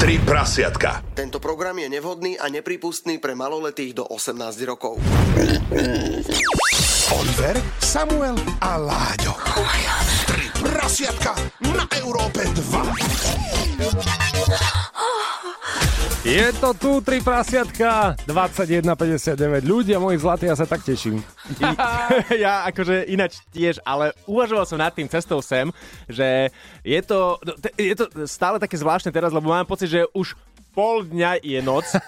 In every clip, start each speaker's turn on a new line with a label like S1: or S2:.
S1: Tri prasiatka.
S2: Tento program je nevhodný a nepripustný pre maloletých do 18 rokov.
S1: Oliver, Samuel a Láďo. Tri prasiatka na Európe 2.
S3: Je to tu, tri prasiatka, 21,59 ľudí a moji zlatí, ja sa tak teším.
S4: ja akože inač tiež, ale uvažoval som nad tým cestou sem, že je to, no, te- je to stále také zvláštne teraz, lebo mám pocit, že už pol dňa je noc,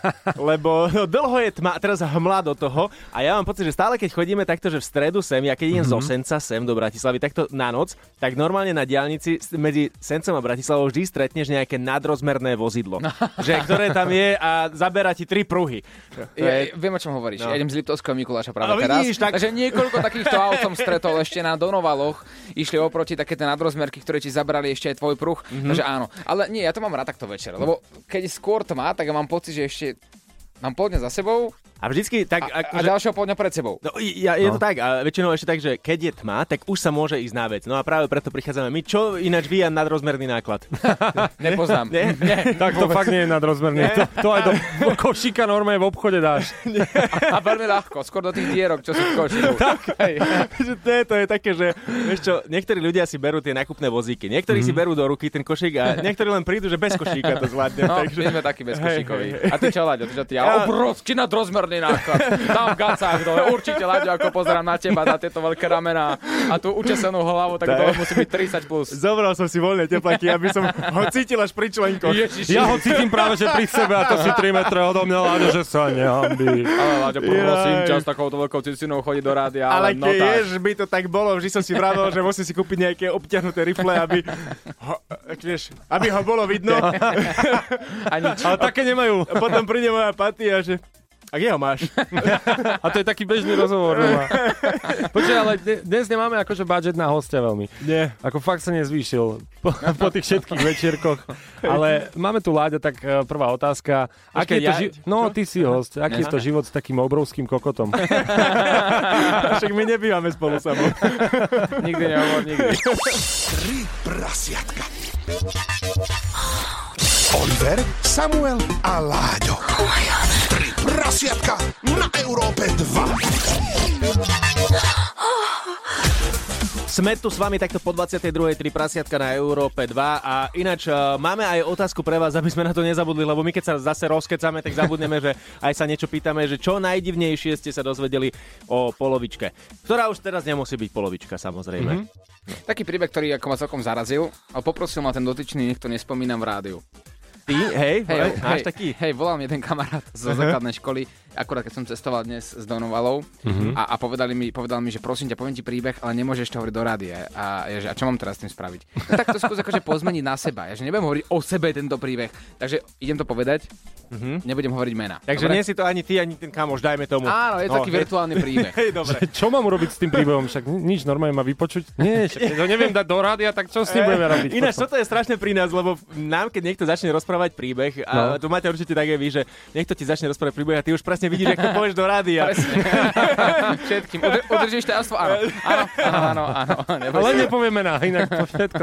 S4: lebo no, dlho je tma a teraz hmla do toho a ja mám pocit, že stále keď chodíme takto, že v stredu sem, ja keď idem
S5: Mhm.
S4: mm-hmm. zo Senca sem do Bratislavy takto na noc, tak normálne na diálnici s- medzi Sencom a Bratislavou vždy stretneš nejaké nadrozmerné vozidlo, že ktoré tam je a zabera ti tri pruhy. To
S5: Ja,
S4: je-
S5: viem, o čom hovoríš.
S4: No.
S5: No. Ja idem z Liptovského Mikuláša
S4: No,
S5: práve teraz.
S4: vidíš, tak-
S5: Takže niekoľko takýchto aut som stretol ešte na Donovaloch. Išli oproti také tie nadrozmerky, ktoré ti zabrali ešte aj tvoj pruh.
S4: Mhm.
S5: Mm-hmm. Takže áno. Ale nie, ja to mám rád takto večer. Lebo keď skôr to má, tak ja mám pocit, že ešte mám pol dňa za sebou
S4: A vždycky tak...
S5: a, a
S4: akože-
S5: ďalšieho pol dňa pred sebou.
S4: No, ja, je no. to tak, a väčšinou ešte tak, že keď je tma, tak už sa môže ísť na vec. No a práve preto prichádzame my, čo ináč vyja nadrozmerný náklad.
S5: Nepoznám.
S4: Nie? Nie.
S3: Tak to fakt nie je nadrozmerné. To, to aj do košíka norme v obchode dáš.
S5: A veľmi ľahko, skôr do tých dierok, čo si skočil.
S4: Že to, je, to je také, že vieš čo, niektorí ľudia si berú tie nákupné vozíky, niektorí
S5: Mhm.
S4: mm. si berú do ruky ten košík a niektorí len prídu, že bez košíka to zvládne.
S5: No,
S4: takže...
S5: my sme takí bez
S4: Hej,
S5: košíkovi. A ty čo, Laďo, ty čo ty?
S4: Ja-
S5: Ja, obrovský nadrozmerný náklad. Tam v gacách dole. Určite, Laďo, ako pozerám na teba, na tieto veľké ramená a tú učesenú hlavu, tak
S4: Tak.
S5: dole musí byť 30 plus.
S4: Zobral som si voľné teplaky, aby som ho cítil až pri členkoch.
S5: Ježiši.
S3: Ja ho cítim práve, že pri sebe a to si 3 metre odo mňa, Láďo, že sa nehambí.
S5: Ale Laďo, prosím
S4: Jaj.
S5: ťa, s takouto veľkou cicinou chodí do rádia,
S4: Ale
S5: ale, no tak.
S4: keď by to tak bolo, vždy som si vravel, že musím si kúpiť nejaké obťahnuté rifle, aby ho, vieš, aby ho bolo vidno.
S5: A nič.
S3: Ale také nemajú.
S4: A potom príde moja paty a že... A kde ho máš?
S3: A to je taký bežný rozhovor. doma. Počkaj, ale dne- dnes nemáme akože budget na hostia veľmi.
S4: Nie.
S3: Ako fakt sa nezvýšil po, po tých všetkých večierkoch. Ale máme tu Láďa, tak e, prvá otázka. Aký je to
S5: ja-
S3: ži- no, ty si host. Aký je to život s takým obrovským kokotom?
S4: Však my nebývame spolu samo.
S5: Nikdy nehovor, nikdy.
S1: Tri prasiatka. Oliver, Samuel a Láďo. Tri prasiatka na Európe 2.
S4: Sme tu s vami takto po 22. tri prasiatka na Európe 2 a ináč eh, máme aj otázku pre vás, aby sme na to nezabudli, lebo my keď sa zase rozkecame, tak zabudneme, že aj sa niečo pýtame, že čo najdivnejšie ste sa dozvedeli o polovičke, ktorá už teraz nemusí byť polovička samozrejme. Mm-hmm.
S5: Taký príbeh, ktorý ako ma celkom zarazil, ale poprosil ma ten dotyčný, nech to nespomínam v rádiu.
S4: Ty, hej,
S5: Hej,
S4: hej,
S5: hej,
S4: máš taký?
S5: Hej, volal mi jeden kamarát zo základnej školy, akurát keď som cestoval dnes s Donovalou
S3: Mhm.
S5: a, a povedali mi, povedal mi, že prosím ťa, poviem ti príbeh, ale nemôžeš to hovoriť do rádia. A, ja, že, a čo mám teraz s tým spraviť? No, tak to skús akože pozmeniť na seba. Ja že nebudem hovoriť o sebe tento príbeh. Takže idem to povedať,
S3: Mhm.
S5: nebudem hovoriť mena.
S4: Takže nie si to ani ty, ani ten kamoš, dajme tomu.
S5: Áno,
S3: No,
S5: je to taký
S4: hej.
S5: virtuálny príbeh.
S4: Hej, dobre.
S3: Čo mám urobiť s tým príbehom? Však nič, normálne ma vypočuť? Nie, však keď ho no neviem dať do rádia, tak čo s
S5: Eh,
S3: tým budeme robiť?
S4: Ináč, toto je strašné pri nás, lebo nám, keď niekto začne rozprávať príbeh, a no.
S3: No.
S4: to máte určite také vy, že niekto ti začne rozprávať príbeh a ty už presne vidíš, ako povieš do rádia.
S5: Všetkým. Udr- udržíš tajomstvo? Áno, áno, áno, áno. áno. neboj
S3: Ale
S5: sa.
S3: nepovieme na inak to všetko.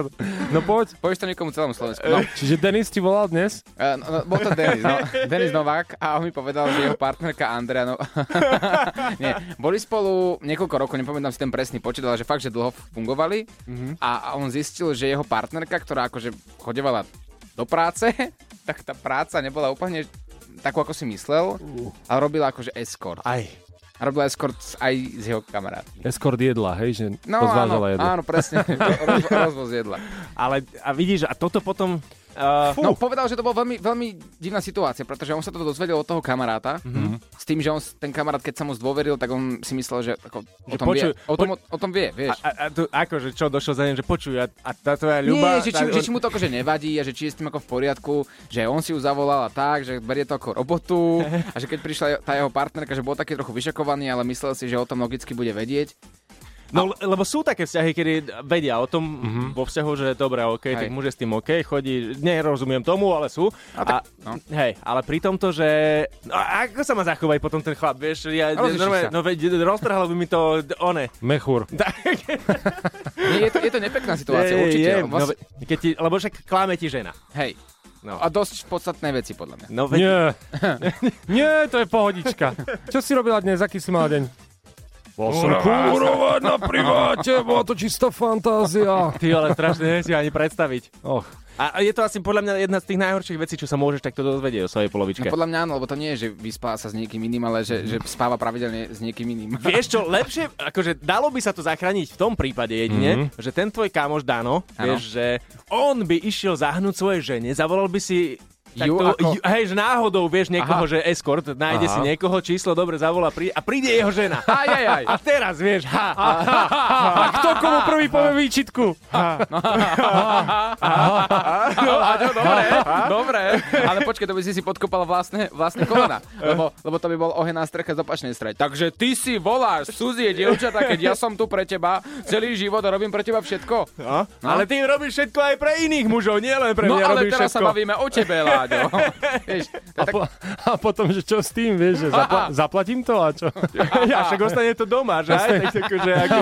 S3: No poď.
S5: Povieš to niekomu celému Slovensku. No.
S3: Čiže Denis ti volal dnes?
S5: Eh, No, no, bol to Denis, no. Denis Novák a on mi povedal, že jeho partnerka Andrea no... Nie, boli spolu niekoľko rokov, nepamätám si ten presný počet, ale že fakt, že dlho fungovali mm-hmm. a, a on zistil, že jeho partnerka, ktorá akože chodevala do práce, tak tá práca nebola úplne takú, ako si myslel, ale robila akože escort.
S4: Aj.
S5: A robila escort s- aj z jeho kamarátmi.
S3: Eskord jedla, hej, že
S5: No áno,
S3: pozvážala jedlo.
S5: áno, presne, roz, rozvoz jedla.
S4: Ale a vidíš, a toto potom... Uh,
S5: No, povedal, že to bola veľmi, veľmi divná situácia, pretože on sa to dozvedel od toho kamaráta,
S4: Mhm.
S5: mm-hmm. s tým, že on, s- ten kamarát, keď sa mu zdôveril, tak on si myslel, že, ako, o,
S4: Že
S5: tom
S4: počuj-
S5: vie, o, tom, o, o tom vie, vieš.
S4: a, a tu, akože čo, došiel za ním, že počuj, a, a tá tvoja
S5: Nie,
S4: ľuba...
S5: že či, že či mu to akože nevadí a že či je s tým ako v poriadku, že on si ju zavolal a tak, že berie to ako robotu a že keď prišla je- tá jeho partnerka, že bol taký trochu vyšakovaný, ale myslel si, že o tom logicky bude vedieť.
S4: No, le- lebo sú také vzťahy, kedy vedia o tom mm-hmm. vo vzťahu, že dobre, OK,
S5: Hej.
S4: tak muž je s tým OK, chodí, nerozumiem tomu, ale sú. A,
S5: tak, no.
S4: Hej, ale pri tomto, že... No, a ako sa má zachovať potom ten chlap, vieš? Ja,
S5: Rozliší
S4: normálne-
S5: sa.
S4: no, veď, roztrhalo by mi to d- one.
S3: Mechúr.
S4: Tak,
S5: Nie, je, to, je to nepekná situácia,
S4: Je,
S5: určite.
S4: je,
S5: Vlastne-
S4: no, keď ti, lebo však klame ti žena.
S5: Hej.
S4: No.
S5: A dosť podstatné veci, podľa mňa.
S4: No, veď,
S3: Nie. Nie, to je pohodička. Čo si robila dnes? Aký si mala deň? Bol som kúrovať
S4: No,
S3: na priváte, bola to čistá fantázia.
S4: ty ale strašne neviem si ani predstaviť.
S3: Och,
S4: A je to asi podľa mňa jedna z tých najhorších vecí, čo sa môžeš takto dozvedieť o svojej polovičke.
S5: No podľa mňa áno, lebo to nie je, že vyspáva sa s niekým iným, ale že, že spáva pravidelne s niekým iným.
S4: Vieš čo, lepšie, akože dalo by sa to zachrániť v tom prípade
S5: Mhm.
S4: jedine, mm-hmm. že ten tvoj kamoš Dano, ano. vieš, že on by išiel zahnúť svoje žene, zavolal by si
S5: Ju
S4: takto-
S5: ako-
S4: ju- hej, že náhodou vieš niekoho,
S5: Aha.
S4: že escort, nájde
S3: Aha.
S4: si niekoho, číslo dobre zavola prí, a príde jeho žena.
S5: Aj, aj, aj.
S4: A teraz vieš, ha, a,
S3: A kto komu prvý povie výčitku?
S5: No, áno, dobre, dobre. Ale počkaj, to by si si podkopal vlastné, vlastné kolena. Lebo, lebo to by bol ohená strecha z opačnej strany. Takže ty si voláš, Suzie, dievčatá, keď ja som tu pre teba celý život a robím pre teba všetko.
S4: no, ale ty robíš všetko aj pre iných mužov, nie len pre
S5: No
S4: mňa
S5: ale
S4: robíš
S5: teraz
S4: všetko.
S5: sa bavíme o tebe, Láďo. Vieš, to je
S3: A,
S5: tak...
S3: po, a potom, že čo s tým, vieš, že zapla, zaplatím to a čo?
S4: Ja však ostane to doma, že? Aj, tak, akože, ako...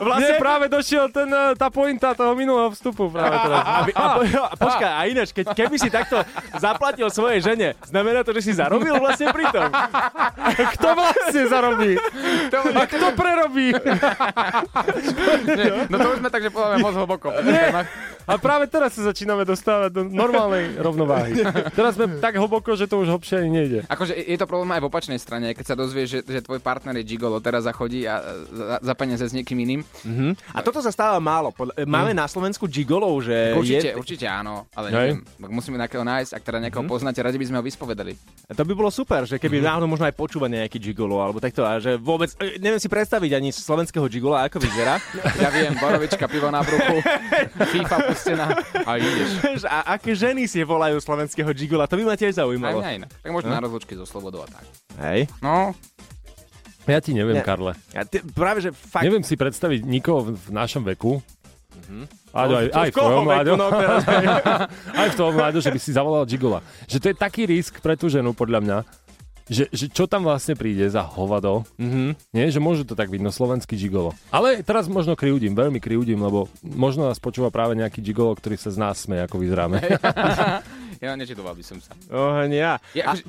S3: Vlastne práve došiel ten, eh, tá pointa toho minulého vstupu práve teraz.
S4: Aby, a, po, a počkaj, a ináč, keď, keby si takto zaplatil svojej žene, znamená to, že si zarobil vlastne pritom.
S3: Kto vlastne zarobí? A kto prerobí?
S5: No to už sme takže podľa mňa moc hlboko.
S3: A práve teraz sa začíname dostávať do normálnej rovnováhy. Teraz sme tak hlboko, že to už hlbšie ani nejde.
S5: Akože je to problém aj v opačnej strane, keď sa dozvieš, že, že tvoj partner je gigolo, teraz zachodí a za, za peniaze s niekým iným.
S4: A toto sa stáva málo. Podľa- e, Máme na Slovensku gigolov, že
S5: Určite,
S4: je...
S5: určite áno, ale
S3: Hej.
S5: neviem. Tak Musíme nejakého nájsť, ak teda nejakého
S4: Mhm.
S5: poznáte, radi by sme ho vyspovedali.
S4: To by bolo super, že keby náhodou možno aj počúvať nejaký gigolo, alebo takto, a že vôbec, e, neviem si predstaviť ani slovenského gigola, ako vyzerá.
S5: Ja viem, borovička, pivo na bruchu, FIFA pustená a ideš.
S4: Vieš, a aké ženy si volajú slovenského gigola, to by ma tiež
S5: Aj
S4: zaujímalo.
S5: mňa inak. Tak
S4: Hm?
S5: možno na rozlučky so slobodou a tak.
S4: Hej.
S5: No,
S3: Ja ti neviem,
S4: Ne.
S3: Karle.
S4: A ty, práve, že fakt... Mhm.
S3: Neviem si predstaviť nikoho v- v našom veku. Áďo, aj,
S4: To- to
S3: aj,
S4: v
S3: v
S4: koho
S3: tvojom,
S4: veku,
S3: Áďo,
S4: no, teraz,
S3: aj v tvojom, Áďo, že by si zavolal Gigola. Že to je taký risk pre tú ženu, podľa mňa, že, že čo tam vlastne príde za hovado,
S4: Mhm.
S3: nie? Že môže to tak byť, no slovenský Gigolo. Ale teraz možno kriudím, veľmi kriudím, lebo možno nás počúva práve nejaký Gigolo, ktorý sa z nás smeje, ako vyzeráme.
S5: ja nečitoval by som sa.
S4: Oh, nie.
S5: Je, akože,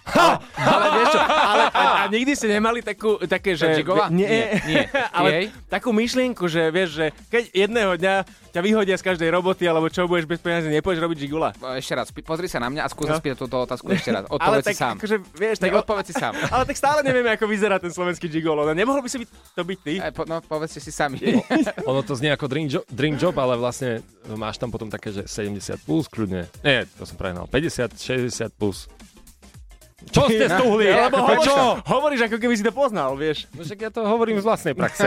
S4: Ale vieš čo, ale, a, a nikdy ste nemali takú, také, že...
S5: Gigola?
S4: e, Nie,
S5: Nie, nie.
S4: ale
S5: Jej?
S4: takú myšlienku, že vieš, že keď jedného dňa ťa vyhodia z každej roboty, alebo čo budeš bez peniazy, nepôjdeš robiť Gigola.
S5: ešte raz, p- pozri sa na mňa a skús no. spýtať túto otázku ešte raz.
S4: Ale
S5: Odpovedz si
S4: tak,
S5: sám.
S4: akože, vieš, tak...
S5: Tak odpovedz si sám.
S4: Ale tak stále nevieme, ako vyzerá ten slovenský Gigolo. No, nemohol by si byť, to byť ty?
S5: E, po, no, povedzte si sami.
S3: ono to znie ako dream job, dream job, ale vlastne máš tam potom také, že 70 plus kľudne. Nie, to som prehnal. 50, 60 plus. Čo ste stuhli?
S4: Lebo
S3: Alebo
S4: hovoríš,
S3: čo?
S4: hovoríš, ako keby si to poznal, vieš.
S3: No však ja to hovorím z vlastnej praxe.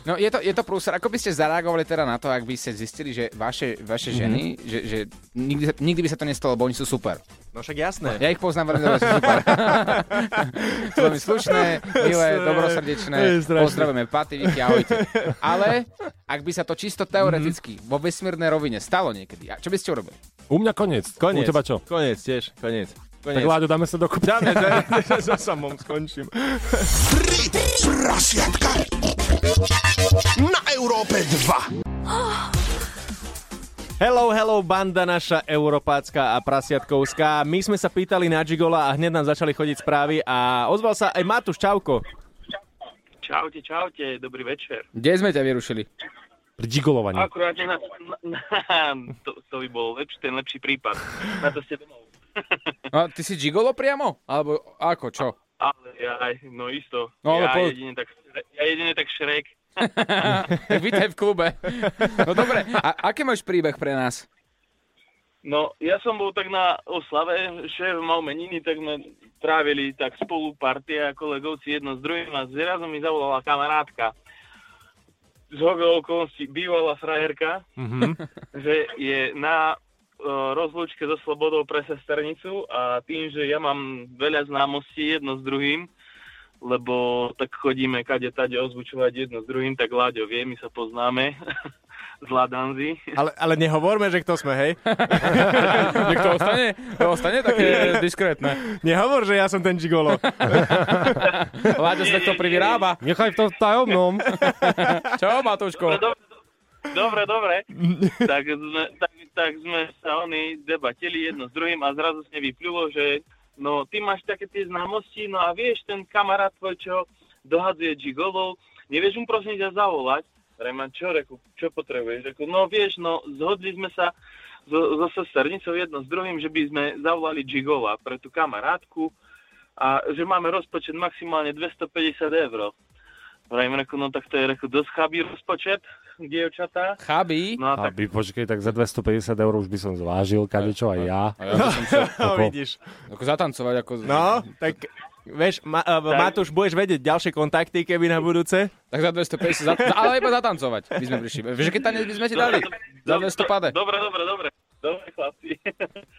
S5: No je to, je to prúser. Ako by ste zareagovali teda na to, ak by ste zistili, že vaše, vaše ženy, že, že nikdy, sa- nikdy by sa to nestalo, lebo oni sú super.
S4: No však jasné.
S5: Ja ich poznám veľmi dobre, sú super. sú veľmi slušné, milé, dobrosrdečné.
S4: To je strašné.
S5: Pozdravujeme Paty, Vicky, ahojte. Ale ak by sa to čisto teoreticky vo vesmírnej rovine stalo niekedy, a čo by ste urobili?
S3: U mňa koniec.
S4: Koniec.
S3: U teba čo?
S4: Koniec, tiež, koniec.
S3: Tak
S4: Koniec.
S3: Láďo, dáme sa dokopy.
S4: Dáme, dáme, so samom skončím.
S1: Tri prasiatka na Európe 2.
S4: Hello, hello, banda naša európácka a prasiatkovská. My sme sa pýtali na Gigola a hneď nám začali chodiť správy a ozval sa aj Matúš Čauko.
S6: Čaute, čaute, dobrý večer.
S5: Kde sme ťa vyrušili?
S3: Pri
S5: No.
S3: gigolovaní.
S6: Akurát na, na, na, to, to by bol lepší, ten lepší prípad. Na to ste domov.
S5: No, ty si gigolo priamo? Alebo ako, čo?
S6: Ale ja, no isto.
S5: No, ale
S6: ja,
S5: po-
S6: jedine tak, ja jedine tak šrek.
S5: Tak vítaj v klube. No dobre, a aký máš príbeh pre nás?
S6: No, ja som bol tak na oslave, šéf mal meniny, tak sme trávili tak spolu partia kolegovci jedno s druhým a zrazu mi zavolala kamarátka. Z hodou okolností bývalá frajerka, že je na e, rozlúčke so Slobodou pre sesternicu a tým, že ja mám veľa známostí jedno s druhým, lebo tak chodíme kade tade ozvučovať jedno s druhým, tak Láďo vie, my sa poznáme z Ladanzy.
S4: Ale, ale nehovorme, že kto sme, hej?
S5: Niekto ostane? To ostane také diskrétne.
S4: Nehovor, že ja som ten Gigolo.
S5: Láďo sa takto privyrába.
S3: Nechaj v tom tajomnom.
S5: Čo, Matúško?
S6: Dobre, dobre, dobre, dobre. Tak sme, tak, tak sme sa oni debatili jedno s druhým a zrazu sa vyplulo, že no ty máš také tie známosti, no a vieš, ten kamarát tvoj, čo dohadzuje gigolov, nevieš mu prosím ťa zavolať? Reman, čo, reku, čo potrebuješ? Reku, no vieš, no zhodli sme sa so, so sesternicou jedno s druhým, že by sme zavolali gigola pre tú kamarátku a že máme rozpočet maximálne 250 eur. Vrajím, reku, no tak to je reku, dosť chabý rozpočet, dievčatá.
S5: Chábi?
S6: No a tak
S3: Aby, počkej, tak za 250 eur už by som zvážil kadečo aj ja.
S5: A ja by som chcel
S4: No,
S3: Ako-
S4: vidíš.
S5: ako zatancovať, ako...
S4: No, tak vieš, ma, uh, Matúš, budeš vedieť ďalšie kontakty, keby na budúce.
S5: Tak za 250, za, za- ale iba zatancovať by sme prišli. Vieš, keď tanec by sme ti dali? Za 200 pade.
S6: Dobre, dobre, dobre. Dobre, chlapci.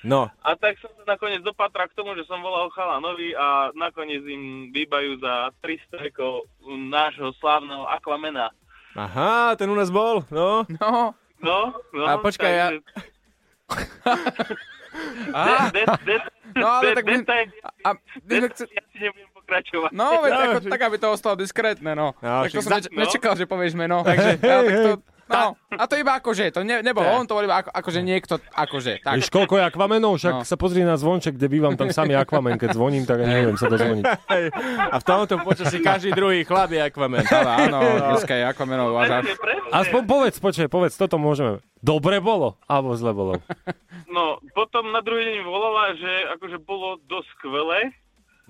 S4: No,
S6: A tak som sa nakoniec dopatral k tomu, že som volal chalanovi a nakoniec im vybajú za 300 ekov nášho slávneho Aquamena.
S4: aha, ten u nás bol, no.
S5: No,
S6: No, no.
S4: A počkaj, ja-
S5: Á,
S6: De, de, de,
S5: no ale
S6: de-
S5: tak... My,
S6: detail-
S5: a, my sme
S6: detail-
S5: chce-
S6: ja si nebudem pokračovať.
S5: No, veď
S4: No,
S5: ako,
S4: však-
S5: tak, aby to ostalo diskrétne, no.
S4: No,
S5: tak
S4: však
S5: to som
S4: za-
S5: neč-
S6: no.
S5: nečakal, že povieš meno. Takže, ja, tak to, no. A to iba akože, to ne, nebolo on, to bol iba ako, akože niekto, akože. Tak,
S3: Vieš, koľko je akvamenov? Však
S5: No.
S3: sa pozri na zvonček, kde bývam, tam samý akvamen. Keď zvoním, tak ani neviem sa dozvoniť.
S4: Hej, A v tomto počasí každý druhý chlap je Aquaman.
S5: ale áno, dneska je ako meno váža.
S6: Presne, presne.
S3: Aspoň povedz, počkaj, povedz, toto môžeme. Dobre bolo, alebo zle bolo.
S6: No, potom na druhý deň volala, že akože bolo dosť skvelé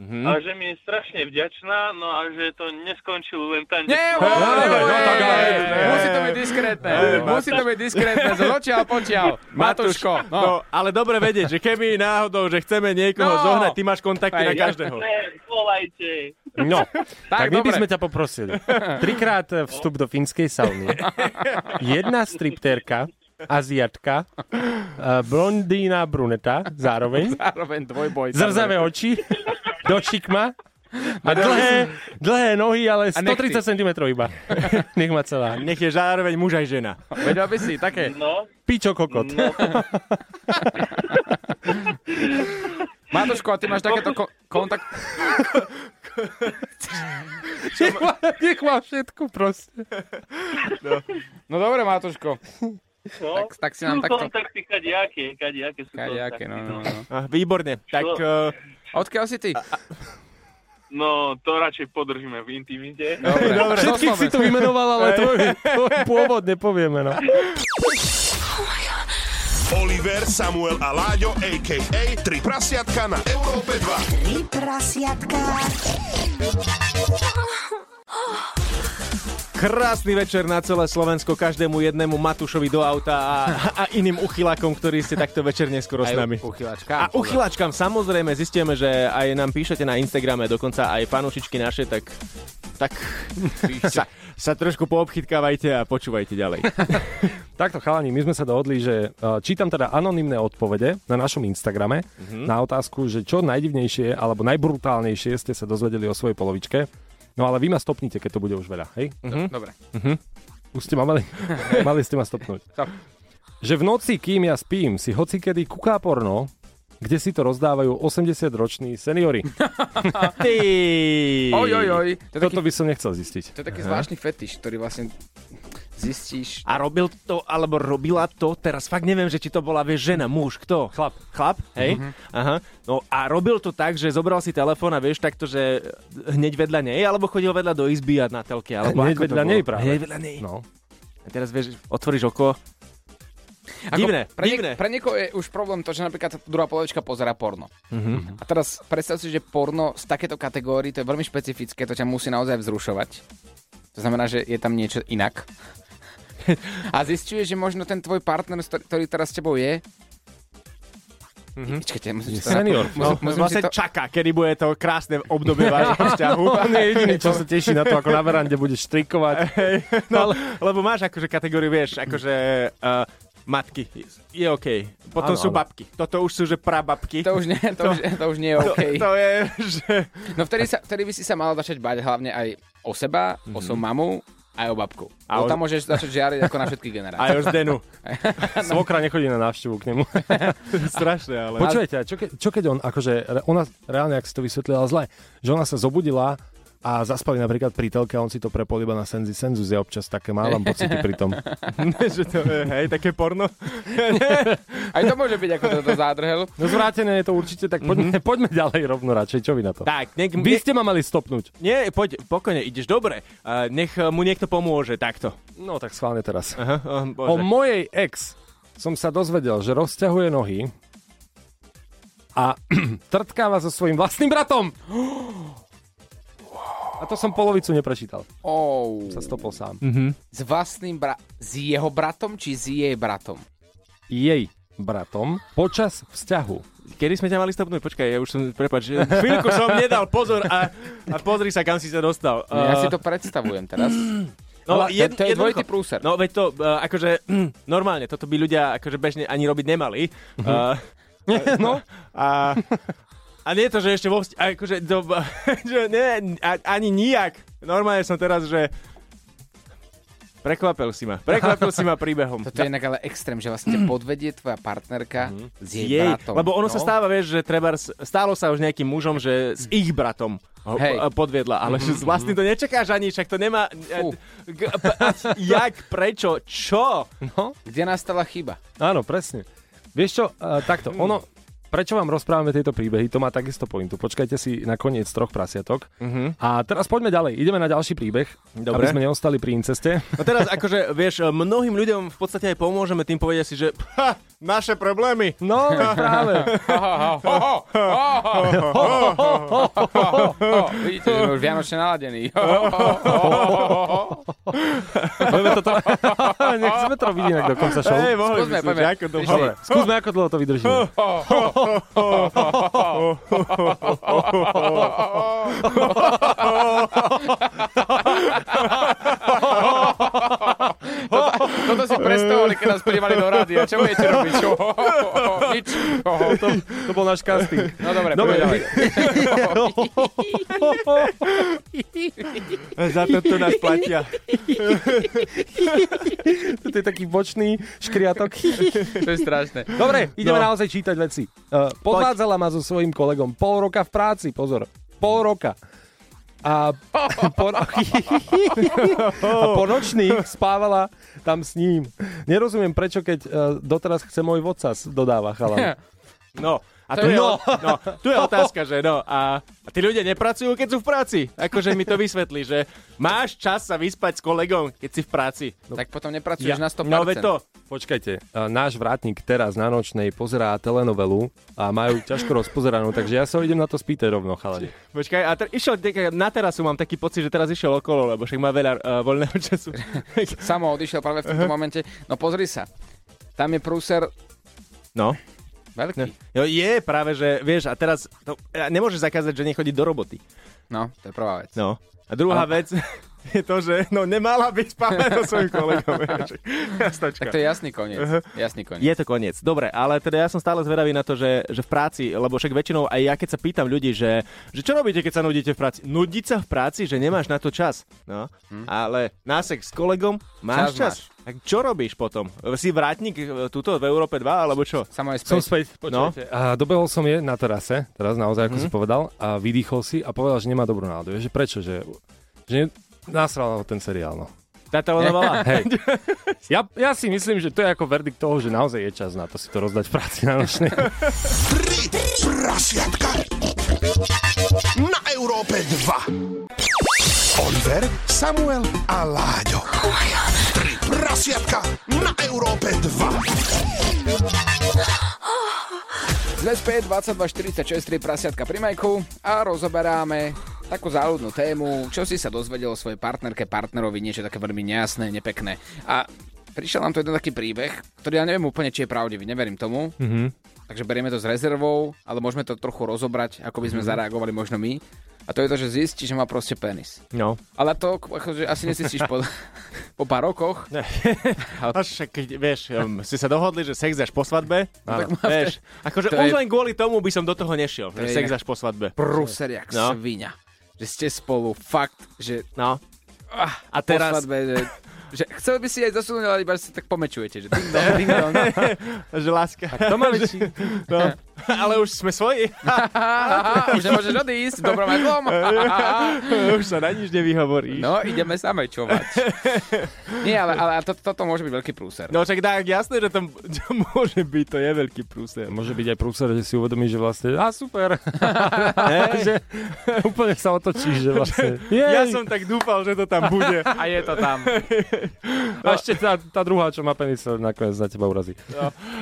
S5: Mhm.
S6: a že mi je strašne vďačná, no a že to neskončilo len tam.
S5: Nie,
S6: kde-
S5: vole,
S3: dobre, no
S5: vole,
S3: tak ale-
S5: Musí to byť diskrétne. Musí to byť diskrétne. Zločiaľ, počiaľ. Matuško.
S4: no.
S5: No.
S4: ale dobre vedieť, že keby náhodou, že chceme niekoho
S5: No.
S4: zohnať, ty máš kontakty
S5: Hej,
S4: na
S5: ja-
S4: každého.
S6: Ne, volajte.
S3: No, tak, my by
S5: dobre.
S3: sme ťa poprosili. Trikrát eh, vstup do fínskej sauny. Jedna striptérka, aziatka, eh, blondína, bruneta, zároveň,
S5: Zároveň dvojboj. no.
S3: zrzavé oči, do šikma a dlhé, dlhé nohy, ale
S5: nechty.
S3: 130 cm iba. Nech ma celá.
S4: Nech je zároveň muž aj žena.
S5: Vedel by si, také.
S6: No,
S3: Pičo
S5: Hm.
S3: kokot.
S5: Matuško, a ty máš takéto ko- kontakt...
S3: Nech má, nech má všetko proste.
S5: No dobre, Matuško.
S6: no.
S5: Tak, tak si
S6: Sú
S5: nám takto...
S6: kontakty kadejaké, kadejaké sú
S5: Kadejaké,
S6: kontakty.
S5: no, no, no.
S4: Ah, Výborne. Tak
S6: Šlo.
S4: uh,
S5: Odkiaľ si ty?
S6: No, to radšej podržíme v intimite.
S5: Dobre.
S4: Dobre.
S5: Zo
S3: Všetkých si tu
S5: Slovenska.
S3: vymenoval, ale tvoj, tvoj pôvod nepovieme. No.
S1: Oliver, Samuel a Láďo, a.k.a. Tri prasiatka na Európe 2.
S7: Tri prasiatka.
S4: krásny večer na celé Slovensko, každému jednému Matušovi do auta a, a iným uchylakom, ktorí ste takto večer neskoro s
S5: Aj
S4: nami.
S5: uchylačka.
S4: A
S3: uh,
S4: uchylačkám samozrejme zistíme, že aj nám píšete na Instagrame, dokonca aj panušičky naše, tak, tak sa, sa trošku poobchytkávajte a počúvajte ďalej.
S3: Takto chalani, my sme sa dohodli, že eh, čítam teda anonymné odpovede na našom Instagrame
S4: Mhm.
S3: na otázku, že čo najdivnejšie alebo najbrutálnejšie ste sa dozvedeli o svojej polovičke. No ale vy ma stopnite, keď to bude už veľa, hej?
S4: Mhm.
S5: mhm, Dobre.
S3: Už ste ma mali, mali ste ma stopnúť.
S5: Tak.
S3: Že v noci, kým ja spím, si hocikedy kuká porno, kde si to rozdávajú 80-roční seniory.
S4: Ty.
S5: Oj, oj, oj. To je taký,
S3: Toto by som nechcel zistiť.
S5: to je taký zvláštny fetiš, ktorý vlastne zistíš.
S4: A robil to, alebo robila to, teraz fakt neviem, že či to bola, vieš, žena, muž, kto? Chlap. Chlap, hej? Aha. No a robil to tak, že zobral si telefón a vieš takto, že hneď vedľa nej, alebo chodil vedľa do izby a na telke, alebo
S3: Hneď
S4: ako to
S3: vedľa
S4: bolo?
S3: nej práve.
S4: Hneď vedľa nej.
S3: No.
S4: A teraz vieš, otvoríš oko. Divné,
S5: pre, niek-
S4: divné.
S5: pre niekoho je už problém to, že napríklad druhá polovička pozera porno.
S4: Mhm.
S5: Mhm. A teraz predstav si, že porno z takéto kategórii, to je veľmi špecifické, to ťa musí naozaj vzrušovať. To znamená, že je tam niečo inak. A zistuješ, že možno ten tvoj partner, s ktor- ktorý teraz s tebou je, Mm-hmm. Čakajte, musím si to
S3: senior,
S4: Mhm.
S5: zapom-
S4: No,
S5: musím- musím si
S4: vlastne
S5: to-
S4: čaká, kedy bude to krásne obdobie vášho vzťahu.
S3: On je jediný, čo sa teší na to, ako na verande budeš štrikovať.
S4: No, lebo máš akože kategóriu, vieš, akože uh, matky, je OK. Potom
S3: Áno,
S4: sú
S3: ale-
S4: babky. Toto už sú, že prababky.
S5: To už nie, to, už, to už nie je OK.
S4: to, to je, že...
S5: No vtedy, sa, vtedy by si sa mal začať bať hlavne aj o seba, mm-hmm. o svoju mamu, aj o babku.
S4: Mhm. A
S5: A
S4: o-
S5: o... tam môžeš začať žiariť ako na všetky generácie.
S4: Aj o Zdenu.
S3: Svokra nechodí na návštevu k nemu.
S4: Strašné, ale...
S3: Počujete, a čo, ke, čo keď on, akože, re- ona reálne, ak si to vysvetlila zle, že ona sa zobudila a zaspali napríklad pri telke a on si to prepol iba na Senzi Senzus. Ja občas také mávam pocity pri tom.
S4: že to je, hej, také porno.
S5: Aj to môže byť ako toto zádrhel.
S3: No zvrátené je to určite, tak poďme, mm-hmm. poďme ďalej rovno radšej. Čo vy na to?
S4: Mhm. tak, nech...
S3: Vy ste ma mali stopnúť.
S4: Nie, poď, pokojne, ideš dobre. Uh, nech uh, mu niekto pomôže, takto.
S3: No tak schválne teraz.
S4: Aha, oh,
S3: O
S4: bože.
S3: mojej ex som sa dozvedel, že rozťahuje nohy a trtkáva so svojím vlastným bratom. A to som polovicu neprečítal.
S5: Oh.
S3: Sa stopol sám.
S5: S vlastným bra... S jeho bratom či s jej bratom?
S3: Jej bratom počas vzťahu.
S4: Kedy sme ťa mali stopnúť? Počkaj, ja už som, prepáč, že chvíľku som nedal pozor a, a pozri sa, kam si sa dostal.
S5: Uh... Ja
S4: Uh,
S5: si to predstavujem teraz.
S4: No,
S5: Ale to- to je dvojitý prúser.
S4: No veď to, uh, akože, mm, normálne, toto by ľudia akože bežne ani robiť nemali.
S5: Mhm.
S4: Uh, no. A, a nie to, že ešte vo vzť- akože, to, že nie, a, ani nijak. Normálne som teraz, že prekvapil si ma. Prekvapil si ma príbehom.
S5: Toto je inak ale extrém, že vlastne ťa podvedie tvoja partnerka s
S4: Mm. Mhm.
S5: jej,
S4: Jej,
S5: bratom.
S4: lebo ono
S5: no?
S4: sa stáva, vieš, že treba, stálo sa už nejakým mužom, že s ich bratom ho
S5: Hej. Mhm,
S4: po- podviedla, ale mm-hmm. vlastne to nečakáš ani, však to nemá...
S5: Fú.
S4: G- p- jak, prečo, čo?
S3: No,
S5: Kde nastala chyba?
S3: áno, presne. Vieš čo, e, takto,
S4: Mm.
S3: ono, prečo vám rozprávame tieto príbehy, to má takisto pointu. Počkajte si na koniec troch prasiatok. Uh-huh. A teraz poďme ďalej, ideme na ďalší príbeh,
S4: Mhm. Dobre.
S3: aby sme neostali pri inceste.
S4: No teraz akože, vieš, mnohým ľuďom v podstate aj pomôžeme, tým povedia si, že ha, naše problémy.
S3: No, práve.
S5: Oh, vidíte, že sme už vianočne naladení.
S3: Budeme toto... Nechceme to robiť inak do konca show.
S4: Hej, mohli
S5: Skúsme,
S4: by sme,
S5: poďme.
S4: že ako to
S5: Prišli.
S4: dobre.
S3: Dobre, skúsme, ako dlho to vydržíme.
S5: Toto si predstavovali, keď nás príjmali do rádia. Čo budete robiť? Čo? Nič.
S3: To, to bol náš casting.
S5: No dobre,
S3: Dobre.
S5: dobre. Ďalej.
S4: Za to, to nás platia.
S3: To je taký bočný škriatok.
S5: To je strašné.
S3: Dobre, ideme no.
S4: No.
S3: naozaj čítať veci. Uh, podvádzala ma so svojím kolegom pol roka v práci, pozor, pol roka. A po, a po nočných spávala tam s ním. Nerozumiem, prečo keď uh, doteraz chce môj vocas, dodáva chalan.
S4: No, a
S5: To
S4: tu
S5: je-
S4: je, no. no, tu je otázka, že no, a, a tí ľudia nepracujú, keď sú v práci. Akože mi to vysvetlí, že máš čas sa vyspať s kolegom, keď si v práci.
S3: No,
S5: Tak potom nepracuješ na 100%.
S4: No, veď to.
S3: Počkajte, uh, náš vrátnik teraz na nočnej pozerá telenovelu a majú ťažko rozpozeranú, takže ja sa ho idem na to spýtať rovno, chalani.
S4: Počkaj, a ter, išiel, tak na terasu mám taký pocit, že teraz išiel okolo, lebo však má veľa uh, voľného času.
S5: Samo odišiel práve v tomto momente. No pozri sa. Tam je prúser
S4: No.
S5: veľký.
S4: Jo, je práve, že vieš, a teraz to, a nemôžeš zakázať, že nechodí do roboty.
S5: No, to je prvá vec.
S4: No. A druhá vec je to, že no nemala byť spávať so svojím kolegom. vieš. Jasnačka.
S5: Tak to je jasný koniec. Jasný koniec.
S4: Je to koniec. Dobre, ale teda ja som stále zvedavý na to, že, že v práci, lebo však väčšinou aj ja, keď sa pýtam ľudí, že, že čo robíte, keď sa nudíte v práci? Nudiť sa v práci, že nemáš na to čas. No, ale násek s kolegom, máš čas.
S5: Hm? Čas
S4: čas. Tak čo robíš potom? Si vrátnik e, tuto v Európe 2, alebo čo?
S5: Samo je
S3: Som
S5: späť.
S3: späť, počujete. No. A dobehol som je na terase, teraz naozaj, ako
S4: Mhm.
S3: si povedal, a vydýchol si a povedal, že nemá dobrú náladu. Vieš, Že prečo? Že, že ne- nasral ho ten seriál, no.
S4: Tá telenovela?
S3: Hej. Ja, ja si myslím, že to je ako verdikt toho, že naozaj je čas na to si to rozdať v práci na nočnej.
S1: Tri prasiatka na Európe 2. Oliver, Samuel a Láďo. Tri prasiatka na Európe 2.
S5: Sme späť 22.46, 3 prasiatka pri Majku a rozoberáme takú záľudnú tému, čo si sa dozvedel o svojej partnerke, partnerovi, niečo také veľmi nejasné, nepekné. A prišiel nám tu jeden taký príbeh, ktorý ja neviem úplne, či je pravdivý, neverím tomu. Mm-hmm. Takže berieme to s rezervou, ale môžeme to trochu rozobrať, ako by sme mm-hmm. zareagovali možno my. A to je to, že zistí, že má proste penis.
S4: No.
S5: Ale to akože, asi nezistíš po, po pár rokoch.
S4: Až keď, vieš, um, ste sa dohodli, že sex až po svadbe?
S5: No, tak
S4: Áno.
S5: máte-
S4: Vieš, akože
S5: to
S4: už
S5: je-
S4: len kvôli tomu by som do toho nešiel, že
S5: je-
S4: sex až po svadbe.
S5: Prúser jak
S4: No.
S5: no. svinia. Že ste spolu fakt, že
S4: No. A teraz,
S5: teraz... svadbe, že, že chcel by si aj zasunúť, no. ale iba si tak pomečujete, že ding dong, ding dong.
S4: že láska.
S3: To ma väčší.
S4: No. Ale už sme svoji.
S5: Aha, už nemôžeš odísť, dobrom aj zlom.
S4: už sa na nič nevyhovoríš.
S5: No, ideme samečovať. Nie, ale, ale to, toto môže byť veľký prúser.
S4: No však tak jasné, že to, to môže byť, to je veľký prúser.
S3: Môže byť aj prúser, že si uvedomíš, že vlastne, a super, že úplne sa otočíš, že vlastne,
S4: Ja
S3: jej.
S4: som tak dúfal, že to tam bude.
S5: A je to tam.
S3: a ešte tá, tá druhá, čo má penis, sa nakoniec na teba urazí.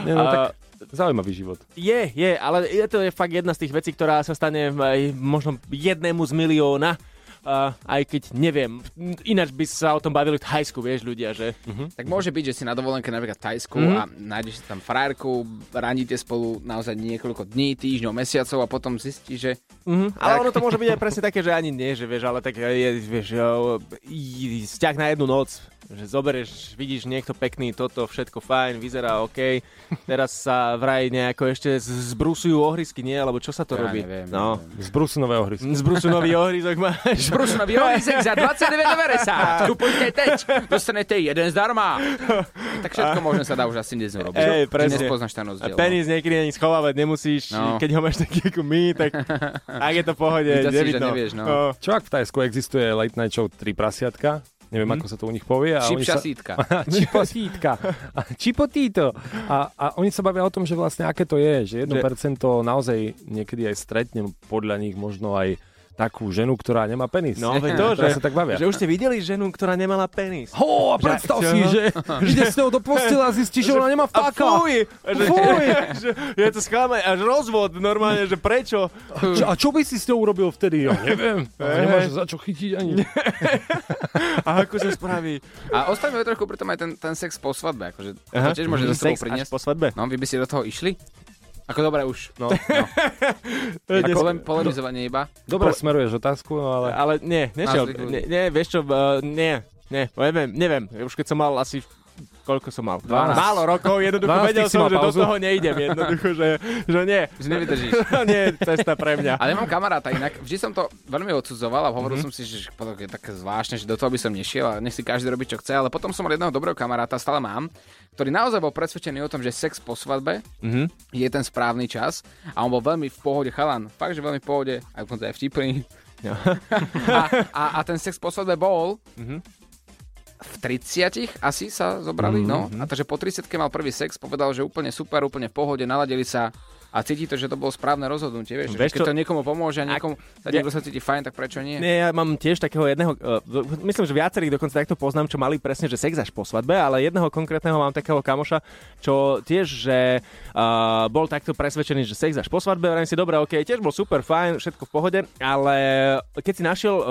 S3: Nie, no,
S4: A-
S3: tak zaujímavý život.
S4: Je, je, ale je to je fakt jedna z tých vecí, ktorá sa stane aj možno jednému z milióna. Uh, aj keď neviem, ináč by sa o tom bavili v Thajsku, vieš ľudia, že?
S5: Hm? Tak môže byť, že si na dovolenke napríklad v Tajsku a nájdeš si tam frajerku, raníte spolu naozaj niekoľko dní, týždňov, mesiacov a potom zistíš, že
S3: Mhm.
S4: Mm, ale ono to môže byť aj presne také, že ani nie, že vieš, ale tak je, vieš, eh, i- vzťah na jednu noc, že zoberieš, vidíš niekto pekný, toto, všetko fajn, vyzerá OK, teraz sa vraj nejako ešte z- zbrusujú ohrisky, nie, alebo čo sa to
S5: Ja
S4: robí?
S5: neviem,
S4: no.
S3: Z Brusunového hryska.
S4: Zbrusu nový ohrizok máš.
S5: Prúšno vyhovízek za 29,90. Kupujte teď. Dostanete jeden zdarma. Tak všetko možno sa dá už asi dnes
S4: Ej,
S5: urobiť. Ty
S4: presne.
S5: Nespoznáš no. ten rozdiel.
S4: Penis niekedy ani schovávať nemusíš,
S5: No.
S4: keď ho máš taký ako my, tak ak je to v pohode,
S5: Vidno si, že
S4: nevidno.
S5: nevieš, no.
S3: Čo ak v Tajsku existuje late night show 3 prasiatka?
S4: Mhm.
S3: Neviem, ako sa to u nich povie. A
S5: Šip
S3: oni sa...
S5: šasítka.
S3: Čipotítka. A Čipotíto. A, a oni sa bavia o tom, že vlastne aké to je, že 1% naozaj niekedy aj stretnem podľa nich možno aj takú ženu, ktorá nemá penis.
S4: No, veď to, že,
S3: Ktorá sa tak bavia.
S4: že už ste videli ženu, ktorá nemala penis.
S3: Ho, a predstav
S4: Že-
S3: si, že ide s ňou do postela a zistí, že ona nemá
S4: A
S3: vtáka.
S4: fuj, že,
S3: Fuj.
S4: že, je to sklamanie, až rozvod normálne, že prečo?
S3: Čo, a čo by si s ňou urobil vtedy? Ja neviem. Ja nemáš za čo chytiť ani.
S4: A ako sa spraví?
S5: A ostaňme trochu pri tom aj ten, ten sex po svadbe. Akože, to tiež môže do sebou
S4: Mhm, sex až
S5: priniesť.
S4: po svadbe.
S5: No, vy by ste do toho išli? Ako dobre už. No.
S4: To je
S5: Ako
S4: dnes-
S5: len polemizovanie iba.
S3: Dobre smeruješ otázku, no ale...
S4: Ale nie, nešiel.
S5: Názvy kľudne.
S4: Nie, nie, vieš čo, uh, nie, nie, neviem, neviem. Už keď som mal asi koľko som mal?
S5: 12.
S4: Málo rokov, jednoducho
S3: 12
S4: vedel
S3: si
S4: som,
S3: mal
S4: že do
S3: pauzu.
S4: toho neidem, jednoducho, že, že nie.
S5: Že nevydržíš.
S4: nie, cesta pre mňa.
S5: Ale ja mám kamaráta inak, vždy som to veľmi odsudzoval a hovoril som si, že to je také zvláštne, že do toho by som nešiel a nech si každý robiť, čo chce, ale potom som mal jedného dobrého kamaráta, stále mám, ktorý naozaj bol presvedčený o tom, že sex po svadbe je ten správny čas a on bol veľmi v pohode chalan, fakt, že veľmi v pohode, aj dokonca aj vtipný.
S4: No.
S5: a, a, a ten sex po svadbe bol,
S4: Mhm.
S5: v 30 asi sa zobrali, no.
S4: Mhm.
S5: A takže po 30 mal prvý sex, povedal, že úplne super, úplne v pohode, naladili sa a cíti to, že to bolo správne rozhodnutie, vieš,
S4: Vieš
S5: vieš keď
S4: čo?
S5: to niekomu pomôže a niekomu sa niekto sa cíti fajn, tak prečo nie?
S4: Nie, ja mám tiež takého jedného, uh, myslím, že viacerých dokonca takto poznám, čo mali presne, že sex až po svadbe, ale jedného konkrétneho mám takého kamoša, čo tiež, že uh, bol takto presvedčený, že sex až po svadbe, vrajím si, dobre, ok, tiež bol super, fajn, všetko v pohode, ale keď si našiel uh,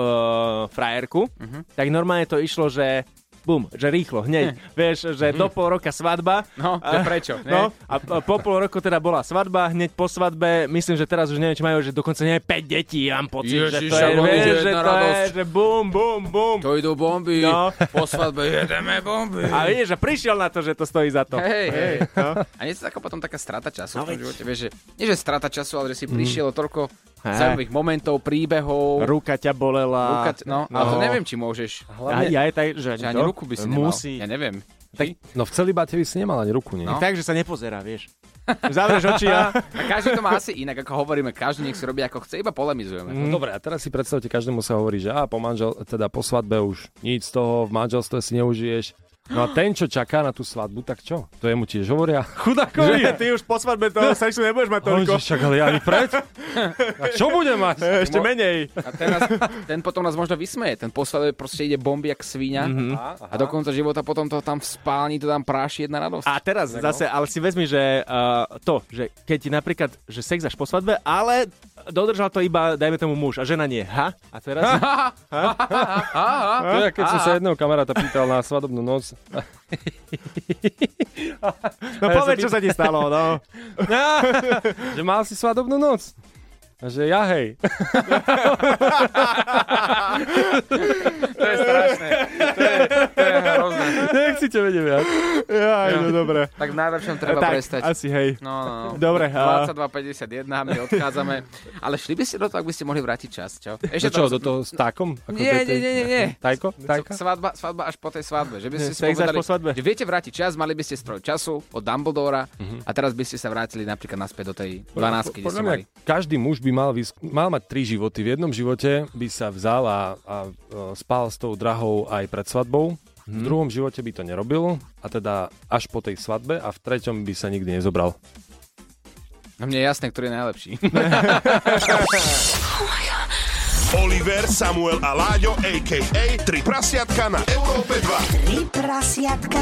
S4: frajerku,
S5: Mhm.
S4: tak normálne to išlo, že bum, že rýchlo, hneď. Vieš, že do pol roka svadba.
S5: Hm. Mhm. No, že
S4: A-
S5: prečo, ne?
S4: No, a a po pol roku teda bola svadba, hneď po svadbe, myslím, že teraz už neviem, či majú, že dokonca neviem, 5 detí, mám pocit, že to
S5: Ježiša,
S4: je,
S5: Bože,
S4: vieš,
S5: jedna
S4: že to je,
S5: radosť.
S4: že bum, bum, bum.
S5: To idú bomby,
S4: No.
S5: po svadbe jedeme bomby.
S4: A vieš, že prišiel na to, že to stojí za to. No,
S5: Hej, hej. A nie je to taká potom taká strata času v tom živote, vieš, že, nie že strata času, ale že si prišiel o toľko
S4: Mhm. Hej.
S5: zaujímavých momentov, príbehov,
S4: Ruka ťa bolela.
S5: ruka, no, ale to neviem, či môžeš.
S4: Ja, ja je tak, že
S5: Že ani
S4: to
S5: ruku by si nemal.
S4: musí.
S5: Ja neviem.
S3: No v celibáte by si nemal ani ruku, nie?
S5: No.
S4: Takže sa nepozerá, vieš. Zavrieš oči a...
S5: A každý to má asi inak, ako hovoríme, každý nech si robí ako chce, iba polemizujeme.
S3: No dobre, a teraz si predstavte, každému sa hovorí, že a po manžel, teda po svadbe už nič z toho, v manželstve si neužiješ. No a ten, čo čaká na tú svadbu, tak čo? To jemu tiež hovoria. Chudakovi!
S4: Že ty už po svadbe toho sexu nebudeš mať toľko.
S3: Toľko. Však ale ja ani pred. A čo budem mať?
S4: Ešte menej.
S5: A teraz, ten potom nás možno vysmeje, ten posledný proste ide bomby jak svíňa a do konca života potom to tam v spálni, to tam práši jedna radosť.
S4: A teraz zase, ale si vezmi, že uh, to, že keď ti napríklad, že sex až po svadbe, ale dodržal to iba, dajme tomu muž a žena nie. Ha? A teraz?
S3: To je, keď som sa jedného kamaráta pýtal na svadobnú noc.
S4: No povedz, čo sa ti stalo, no.
S3: Že mal si svadobnú noc. A že ja hej.
S5: to je strašné. To je, to je hrozné.
S3: Nech Všetci ťa vedia viac.
S4: Jaj, no dobre.
S5: Tak v najlepšom treba
S4: tak,
S5: prestať.
S4: asi hej.
S5: No, no, no.
S4: Dobre, a-
S5: 22.51, my odchádzame. Ale šli by ste do toho, ak by ste mohli vrátiť čas, čo?
S3: Do
S5: Ešte
S3: čo,
S5: tam-
S3: do toho s takom? Ako že to je-
S5: Nie, nie, nie, nie, nie.
S3: Tajko? Tajka?
S5: Svadba, svadba až po tej svadbe. Že by ste si
S4: sex až
S5: povedali,
S4: po svadbe.
S5: že viete vrátiť čas, mali by ste stroj času od Dumbledora a teraz by ste sa vrátili napríklad naspäť do tej 12,
S3: Mhm.
S5: kde
S3: Podľa
S5: ste
S3: mňa
S5: mali.
S3: každý muž by mal, vysk- mal mať tri životy. V jednom živote by sa vzal a, a e, spal s tou drahou aj pred svadbou. V druhom živote by to nerobil, a teda až po tej svadbe a v treťom by sa nikdy nezobral.
S5: No mne je jasné, ktorý je najlepší.
S1: Oliver, Samuel a Láďo, a.k.a. Tri prasiatka na Európe 2.
S7: Tri prasiatka.